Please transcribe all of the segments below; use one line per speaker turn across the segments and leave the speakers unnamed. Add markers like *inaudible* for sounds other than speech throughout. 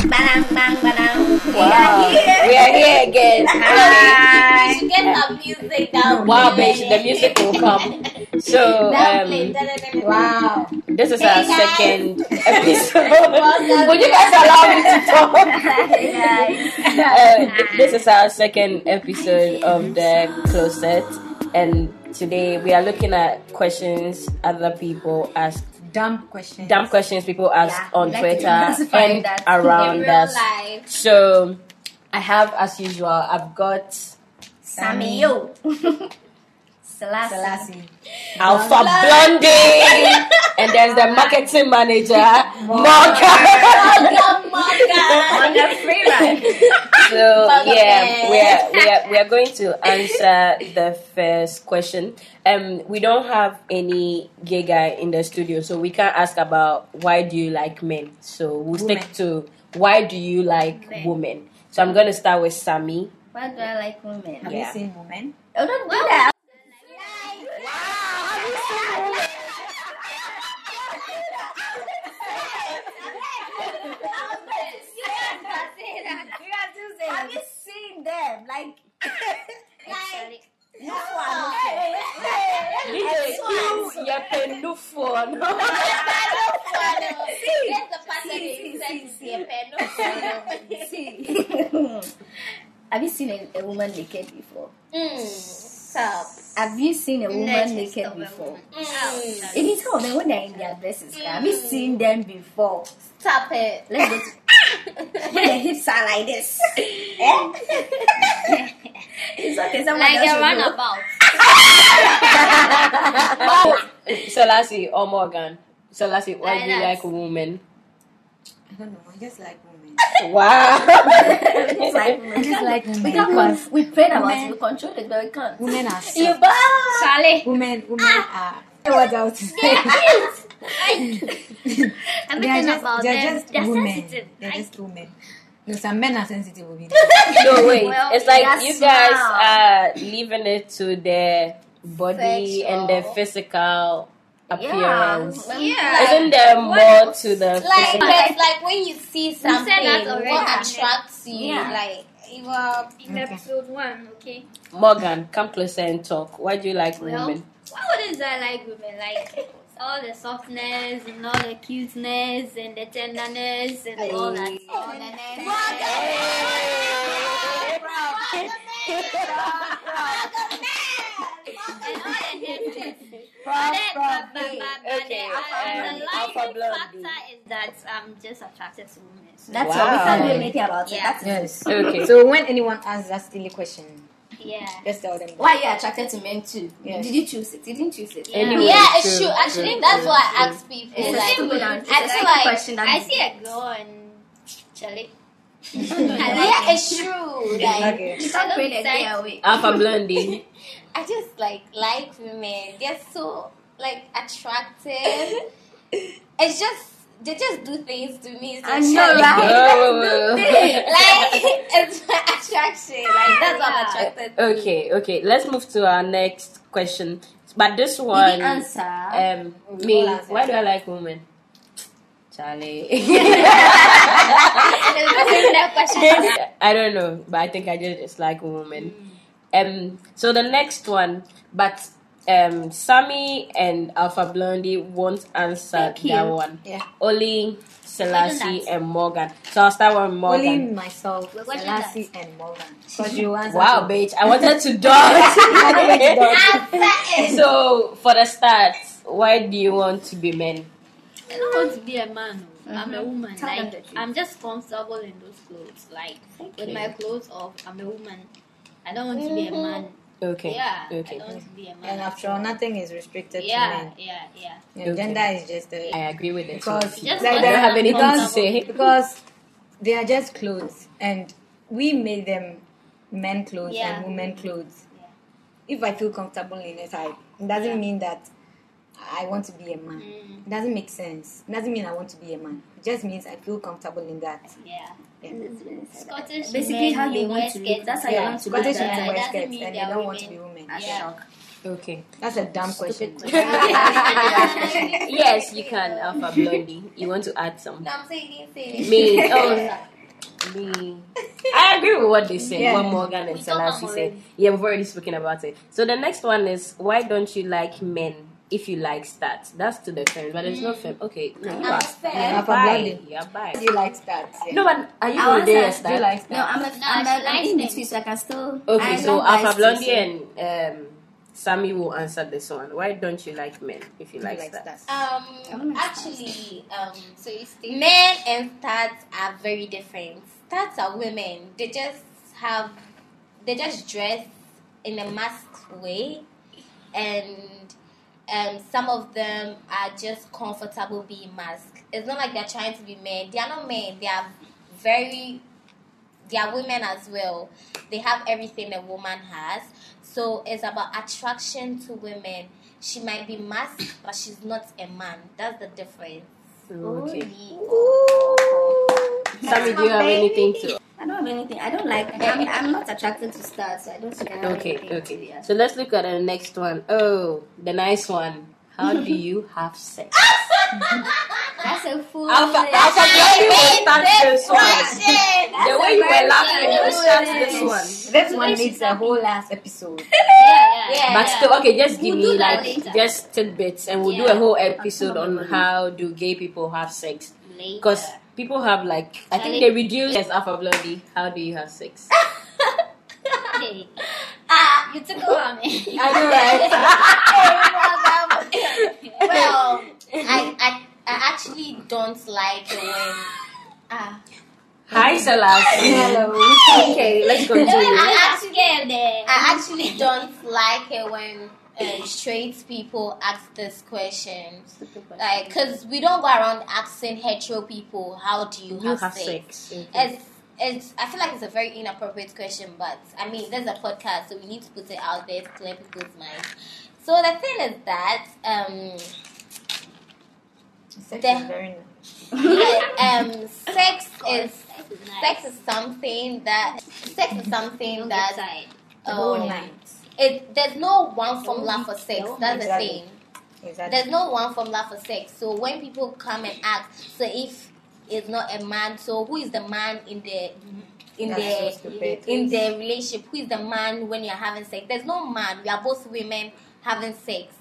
Bang, bang, bang. We
Wow.
are here.
We are here
*laughs*
again.
Hi. We
Okay.
should get the music down.
Wow, bitch, the music will come. So, um,
*laughs* Wow.
this is our
Hey, guys.
second
*laughs*
episode. Would you guys allow me to talk? Uh, this is our second episode of the closet, and today we are looking at questions other people ask,
Dumb question.
dumb questions people ask
Yeah,
on
we like to
Twitter
*laughs* classify
and
that
In
around
real
us.
life,
So, I have, as usual, I've got
Sammy, yo. *laughs* Selassie.
Selassie.
Alpha *laughs* Blondie, and there's the marketing manager Morgan.
Welcome, Morgan.
*laughs* so
Morgan.
yeah, we are, we are we are going to answer the first question. Um, we don't have any gay guy in the studio, so we can't ask about why do you like men. So we'll stick
Women.
to why do you like
Men.
women. So I'm gonna start with Sammy.
Why do I like women?
Have
Yeah.
you seen women?
Oh, don't do that. Have you seen them? Like, *laughs* like no one. *laughs* Have you seen a, a woman naked before?
Mm.
Have you seen a woman naked before? It is how men when they're in their dresses. Have you seen them before?
Stop it.
Let's go to when the hips are like this. Eh? *laughs* it's okay, someone
Like
else
a
will do.
runabout.
So Lassie or oh, Morgan. So Lassie, why do you
Lilas.
like women?
I don't know. I just like women.
Wow.
It's like
I just like women.
we can't con- we prayed about it,
Women.
we controlled it, but we can't.
Women are soft.
You bow.
Charlie. *laughs*
Women, women are. I was out to *laughs* say. they are
Everything
just,
about
they are
them.
just
they're
women.
sensitive.
They're
I-
just women. No, some men are sensitive women.
*laughs*
No, wait.
Well,
it's like
that's
you guys
smart.
are leaving it to their body and their
Sexual.
physical appearance.
Yeah.
Isn't there
what-
more to the
like
physical?
like, like when you see something
that already.
what attracts you
Yeah.
like you are
Okay.
In episode one, okay.
Morgan, come closer and talk. Why do you like
Well, *laughs*
women?
Why wouldn't I like women? Like all the softness and all the cuteness and the tenderness and all that.
on the next
And all the nurses.
Prof,
But, but, but, but
Okay,
the
um, Alpha
underlying
Blondie.
factor is that I'm just attracted to women. So,
That's all. We can't do
Wow.
anything about it.
Yeah.
That's it.
Yes.
Okay.
So when anyone asks that silly question,
yeah.
just tell them.
Why are you attracted to men too?
Yes.
Did you choose it? You didn't choose it.
Yeah.
Anyway,
yeah, it
true,
should.
true,
Actually, that's
true,
why
true.
I ask people.
It's a
like,
stupid answer. It's
I
a
feel
like
like
question that
I
is-
see a girl and Charlie.
yeah, it's true. Like,
Okay.
You can't pray the day away.
Alpha
*laughs*
Blondie.
I just like like women. They're so like attractive. it's just they just do things to me. It's
I know,
attractive.
right? *laughs*
Oh,
like it's my attraction. Like that's what I'm
Yeah.
attracted. to.
okay, okay. Let's move to our next question. But this
You didn't
one,
answer.
um, me.
We'll answer.
Why do I like women? Charlie.
that question.
I don't know, but I think I just dislike women. Um, so the next one, but um, Sammy and Alpha Blondie won't answer
Thank you.
that one.
Yeah.
Only Selassie
answer.
and Morgan. So I'll start with Morgan.
Only myself,
We're watching
Selassie, and Morgan. Because you answer.
Wow,
to-
bitch! I wanted to
*laughs* I don't want to
dodge.
dodge.
*laughs* so for the start, why do you want to be men?
I don't want to be a man. oh. I'm a woman.
Tell them
like
the truth.
*laughs* I'm just comfortable in those clothes. Like with my clothes off, I'm a woman. I don't want to be a man.
Okay.
Yeah.
Okay.
I don't want to be a
And
man.
after all, nothing is restricted to
Yeah,
men.
yeah, yeah.
Your
Okay.
gender is just a.
I agree with it.
because
Just
I
like
don't have anything to
because,
say.
because they are just clothes and we made them men clothes
Yeah.
and women clothes
Yeah.
if i feel comfortable in it i it doesn't
Yeah.
mean that i want to be a man
Mm,
it doesn't make sense it doesn't mean i want to be a man it just means i feel comfortable in that
yeah.
yeah.
Scottish
Basically,
men,
how they
you
want
wear
to
skirts.
look. That's how you
Yeah,
want to
Scottish
look.
men
Yeah,
wear
it doesn't
skirts
mean
and they
they're
don't want to be
women.
women.
That's
Yeah.
shock.
Okay.
That's a dumb question.
*laughs*
*laughs*
Yes, you can, Alpha Blondie. You want to add some?
No, I'm saying you say it.
Me. Oh, me. I agree with what they said,
Yeah.
what Morgan and
We talked
Selassie
about
said.
it.
Yeah, we've already spoken about it. So the next one is why don't you like men if you like stats? That's to the fem, but there's no
Mm.
fem. Okay, no, you are, you
fair.
are
Papa
bi.
Blondie.
You are bi.
You like stats? Yeah.
No, but are you
I want
really a
stats.
Do you
stat?
like
No,
stats?
I'm a,
No,
I'm,
she
a, I'm
likes
in
them.
between, so I can still.
Okay,
I'm
so
not biased
Alpha
too, so-
Blondie and um, Sammy will answer this one. Why don't you like men if you
Do you
like, stats?
Uh,
Um,
I'm
actually, um,
So you stay.
men and stats are very different. Stats are women. They just have, they just dress in a masked way, and um, some of them are just comfortable being masked. It's not like they're trying to be men. They are not men. They are very, they are women as well. They have everything a woman has. So it's about attraction to women. She might be masked, but she's not a man. That's the difference.
Mm, Okay.
Ooh.
Sammy, do you have anything to?
I don't have anything. I don't like. I'm, I'm not attracted to stars, so I don't think I have
Okay,
anything to be
okay.
attracted
So let's look at the next one. Oh, the nice one. How
*laughs*
do you have sex?
That's a fool.
Alpha, Alpha Blondie will start this one.
Question.
The way you were laughing, you will start this one.
This one needs a whole last episode.
Yeah, yeah.
But still, okay, just give
We'll
me
do that
like
later.
just tidbits, and we'll do a
Yeah.
whole episode on how do gay people have sex.
Later.
Because people have like, I think they reduce as Alpha Blondie. How do you have sex?
*laughs*
Hey. Ah, you took over
*laughs*
me.
I know, right?
well, I, I, I actually don't like it when. Ah.
Hi, Selassie.
Hello.
Okay, let's
*laughs*
continue.
I actually
scared eh. there.
I actually don't like it when uh, straight people ask this question. Like, because we don't go around asking hetero people, how do you,
You
have,
have
sex?
sex.
It's, it's, I feel like it's a very inappropriate question, but I mean, there's a podcast, so we need to put it out there to clear people's minds. So the thing is that, um,
*laughs*
Sex
The-
is very nice.
yeah, um, sex is
Sex is nice.
sex is something that sex is something
Don't
that
get tired.
The whole
um,
night.
It there's no one formula for sex. That's the
Exactly.
thing.
Exactly.
There's no one formula for sex. So when people come and ask, so if it's not a man, so who is the man in the in
That's so
the
stupid.
in the relationship? Who is the man when you're having sex? There's no man. We are both women having sex,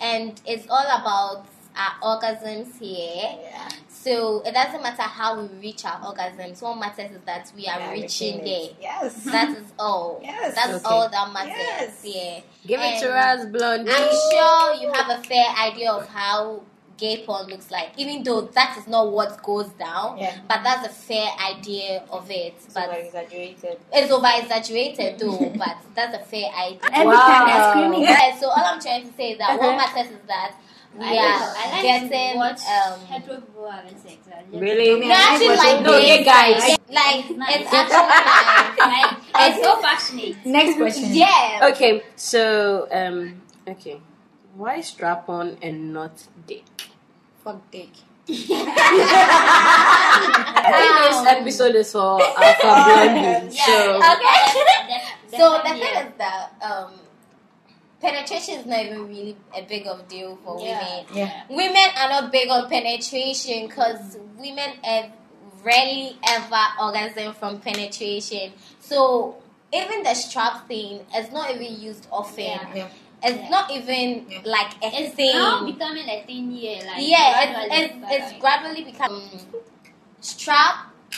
and it's all about our orgasms here.
Yeah.
So it doesn't matter how we reach our orgasms. What matters is that we are
Yeah,
reaching
everything
there.
is- Yes.
That is all.
Yes.
That's
Okay.
all that matters.
Yes.
Yeah.
Give it to
And-
us, Blondie.
I'm sure you have a fair idea of how gay porn looks like, even though that is not what goes down.
Yeah.
But that's a fair idea of it.
But
But *laughs*
exaggerated.
it's over
*laughs*
exaggerated though, but that's a fair idea.
Every time they're
Wow.
screaming.
Yeah, so all I'm trying to say is that what
Uh-huh.
matters is that we
I
are
like, I like
getting
to watch
um
hetero people having sex. I just-
Really?
no, actually
I
like
like
No,
this.
gay
*laughs*
guys. *laughs*
Like
Nice.
*laughs*
it's actually like
Like, it's so
*laughs*
passionate.
Next question.
Yeah.
Okay, so um, okay, why strap on and not dick?
Fuck dick.
I think this episode is for Alpha Blondie.
*laughs* Yeah.
So
Okay. *laughs*
Def-
So the
definitely,
thing
yeah.
is that um, penetration is not even really a big of deal for
Yeah.
women.
Yeah.
Women are not big on penetration because women ev- rarely ever orgasm from penetration. So even the strap thing is not even used often.
Yeah.
Yeah.
It's
Yeah.
not even
Yeah.
like a
It's
thing.
now becoming a thing here. Like,
yeah,
gradually,
it's,
but,
it's, it's
like,
gradually becoming strap.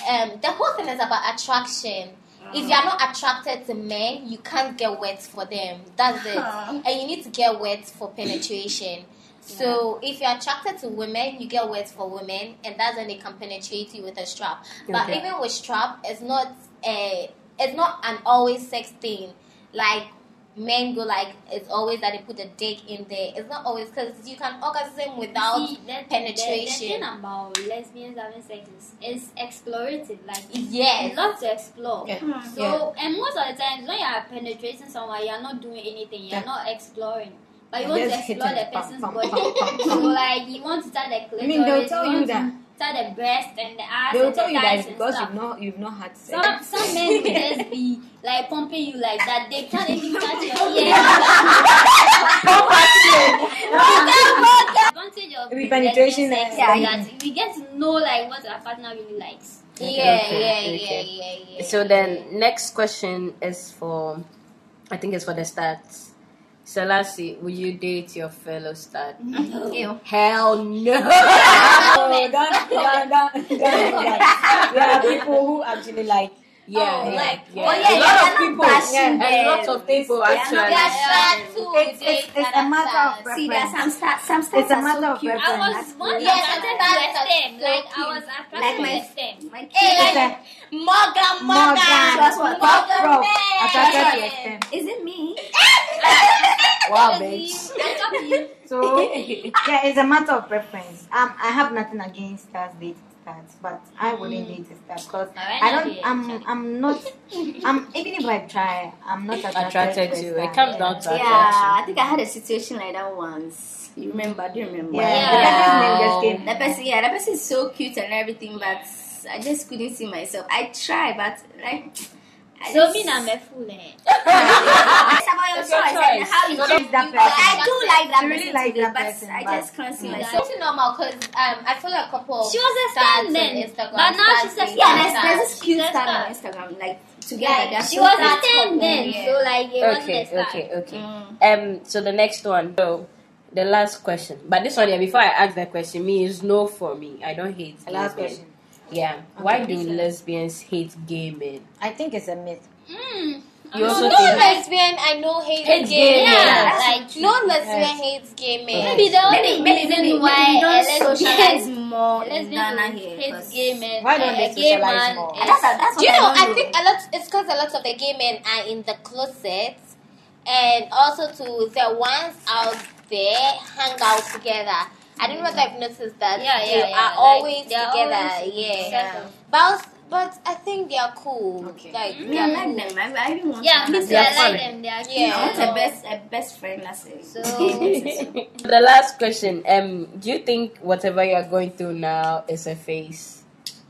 Um, the whole thing is about attraction. If you are
Uh-huh.
not attracted to men, you can't get wet for them. That's it.
*laughs* Huh.
And you need to get wet for penetration. So if you're attracted to women, you get wet for women, and that's when they can penetrate you with a strap. But
Okay.
even with strap, it's not a, it's not an always sex thing. Like men go like it's always that they put a dick in there. It's not always because you can orgasm without.
See, that-
penetration.
The, the thing about lesbians having sex is, is explorative. Like,
Yes.
you love to explore.
Yeah.
So, and most of the times when you are penetrating someone, you are not doing anything. You
Yeah.
are not exploring. But you
You're
want to
just
explore
hitting
the
it. Pam,
person's
pam,
body.
pam,
*laughs*
pam,
So,
pam.
like, you want to start the clitoris.
I mean, they'll tell you
want
that.
To start the breast and the ass.
They will
and
tell
the
you that
thighs
it's
and
because
stuff.
you've not you've not had sex.
*laughs*
Some some men will just be like pumping you like that. They
*laughs*
can't even touch your ear.
Pop action.
but advantage of
Maybe
the
penetration
lesbian sex
and-
is
Yeah.
that we get to know like what our partner really likes.
Yeah,
Okay,
yeah,
okay.
yeah, yeah, yeah.
So then, next question is for, I think it's for the stats. Selassie, will you date your fellow stat?
Ew.
Hell no!
*laughs* Oh, that, that, that, that,
*laughs*
that. There are people who actually like.
Yeah,
Oh,
yeah,
like-
yeah.
oh, yeah,
a
they
lot
are
of
not
people,
bashing
a lot
them.
of people
They are
actually.
not
That's sad too.
It's, it's, it's a matter of
That's-
preference.
See, there are some stars. Some stars
It's a
are
matter
so
of
cute.
preference.
I was once
Yes,
attracted
that's
to a stem,
so
like I
cute.
was attracted
Like my-
to a stem.
My
Hey,
kids
like, Morgan, Morgan,
Morgan.
Trust what?
Morgan,
Prop.
man.
Attracted to extent.
Is it me?
Wow,
Really?
bitch.
I talk to you.
So
I
yeah, it's a matter of preference. Um, I have nothing against stars dating stars, but I wouldn't date a star because
Alright,
I
now
don't.
we-
I'm. I'm not. I'm even if I try, I'm not attracted,
Attracted
a
to
star.
it comes down to
yeah,
attraction.
I think I had a situation like that once. You remember? Do you remember?
Yeah,
Yeah.
the person's name just came.
That person, yeah, that person is so cute and everything, but I just couldn't see myself. I try, but like, I
So
just-
mean
*laughs*
I'm a fool, eh?
it's about your
It's your
choice, and
choice.
how you
You don't
choose
It's that
But I
person.
do like that
You really
person,
like
today,
that
but
person,
I
but-
just can't see
Mm.
myself.
It's normal because um, I follow a
Oh,
couple.
She was a
stars
stan
on
then,
Instagram,
but now
stars
she's a
dating
stan.
Yeah,
stars.
there's, there's this cute
She's a
star on
star.
Instagram, like together.
Yeah,
they're
she
so
She was
that's
a stem
couple,
then,
yeah.
so like it wasn't a
Okay,
star.
okay, okay.
Mm.
Um, so the next one. So the last question, but this one, yeah. Before I ask that question, me is no for me. I don't hate. gay
Last
men.
question.
Yeah. Why do lesbians hate gay men?
I think it's a myth.
Mm.
You
No,
also
no
think-
lesbian I know hates
Hates gay
gay men.
men.
Like no lesbian hates gay men.
Maybe the only
Maybe, maybe,
reason
maybe,
why
maybe we
a
don't
lesbian
socialize more in Ghana
lesbians
here.
hate
'cause-
gay men.
Eh,
Why don't
a-
they
a gay
socialize
man
more?
is-
That's, that's what
Do you know?
I,
I think a lot. It's because a lot of the gay men are in the closet, and also to the ones out there hang out together. I don't know if I've noticed that.
Yeah,
they
yeah, yeah.
are
like,
always
they are
together.
always
yeah,
settled.
but I was- but I think they are cool.
Okay.
Like
I
Mm-hmm.
they
mean, I
are
like
cool.
them. I, I really want
Yeah,
to
me
have
too.
them.
I
funny.
like them. They are cute.
Yeah.
I want
So-
a best a best friend. That's it.
*laughs*
So-
*laughs* the last question. Um, do you think whatever you are going through now is a
*laughs*
phase?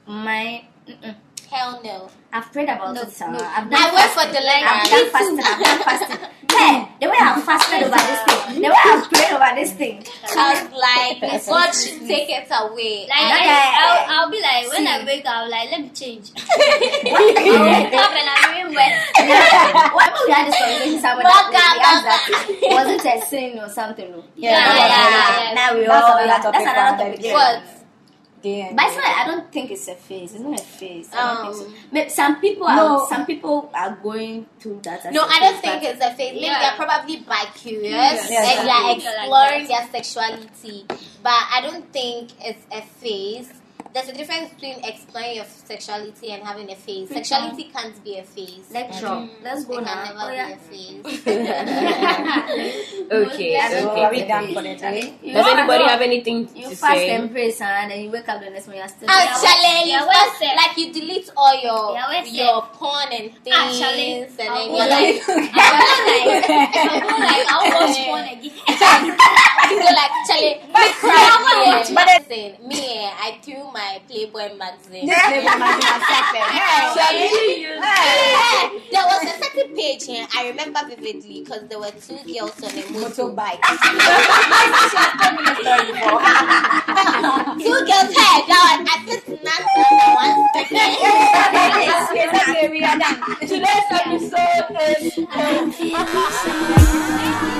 my. Mm-mm.
Hell no.
I've prayed about
No,
it. So
no.
I've done
I went for the
I've
like.
done fasting. I've done
*laughs*
fasting. Hey, the way I've fasted over this thing, the way I've prayed over this thing.
I was like, God should take it away.
Like
Not
I,
that-
I'll, I'll be like when I
See.
wake up, I'll like let me change. I'll wake up and I'm doing well.
Yeah. *laughs* Why would we had this conversation? Someone that
Baka,
we asked that was it a sin or something? no?
Yeah,
Yeah,
yeah,
yeah,
yeah.
yeah.
Now we
That's
all
another
that's
topic for
another
another
topic.
day.
yeah.
What?
Gay and
But it's not. I don't think it's a phase. It's not a phase. I don't think so.
Um,
May- Some people are.
No.
Some people are going through that. as
No,
a
I don't
phase,
think
but
it's a phase. Maybe
Yeah.
they're probably bi curious
Yes,
and they are
exactly.
exploring their sexuality. But I don't think it's a phase. There's a difference between exploring your sexuality and having a
Mm-hmm.
phase. Sexuality can't be a phase.
Lecture. Mm. Let's go
it
now.
can never
Oh, *laughs* yeah.
be a phase.
Okay,
So
okay.
are we done for the day?
You
Does
fast-
anybody have anything
You
to
fast
say?
and embrace, and then you wake up the next morning. You're still.
Actually,
*laughs* Yeah,
you
well
just-
said.
like you delete all your
Yeah, well said.
your porn and things,
Actually,
and then
I
you're
will.
like, *laughs*
I'll go like I'll go like I'll watch porn again.
you go like, Charlie, me cry, yeah, magazine. Me, eh, I threw my Playboy magazine.
This label might be accepted.
Yeah, *laughs* there was a certain page here. I remember vividly because there were two girls on a
*laughs*
motor.
Motorbike.
two girls head down. I put nothing on one second.
Yes, okay, we are done.
Today's episode is.
Thank you.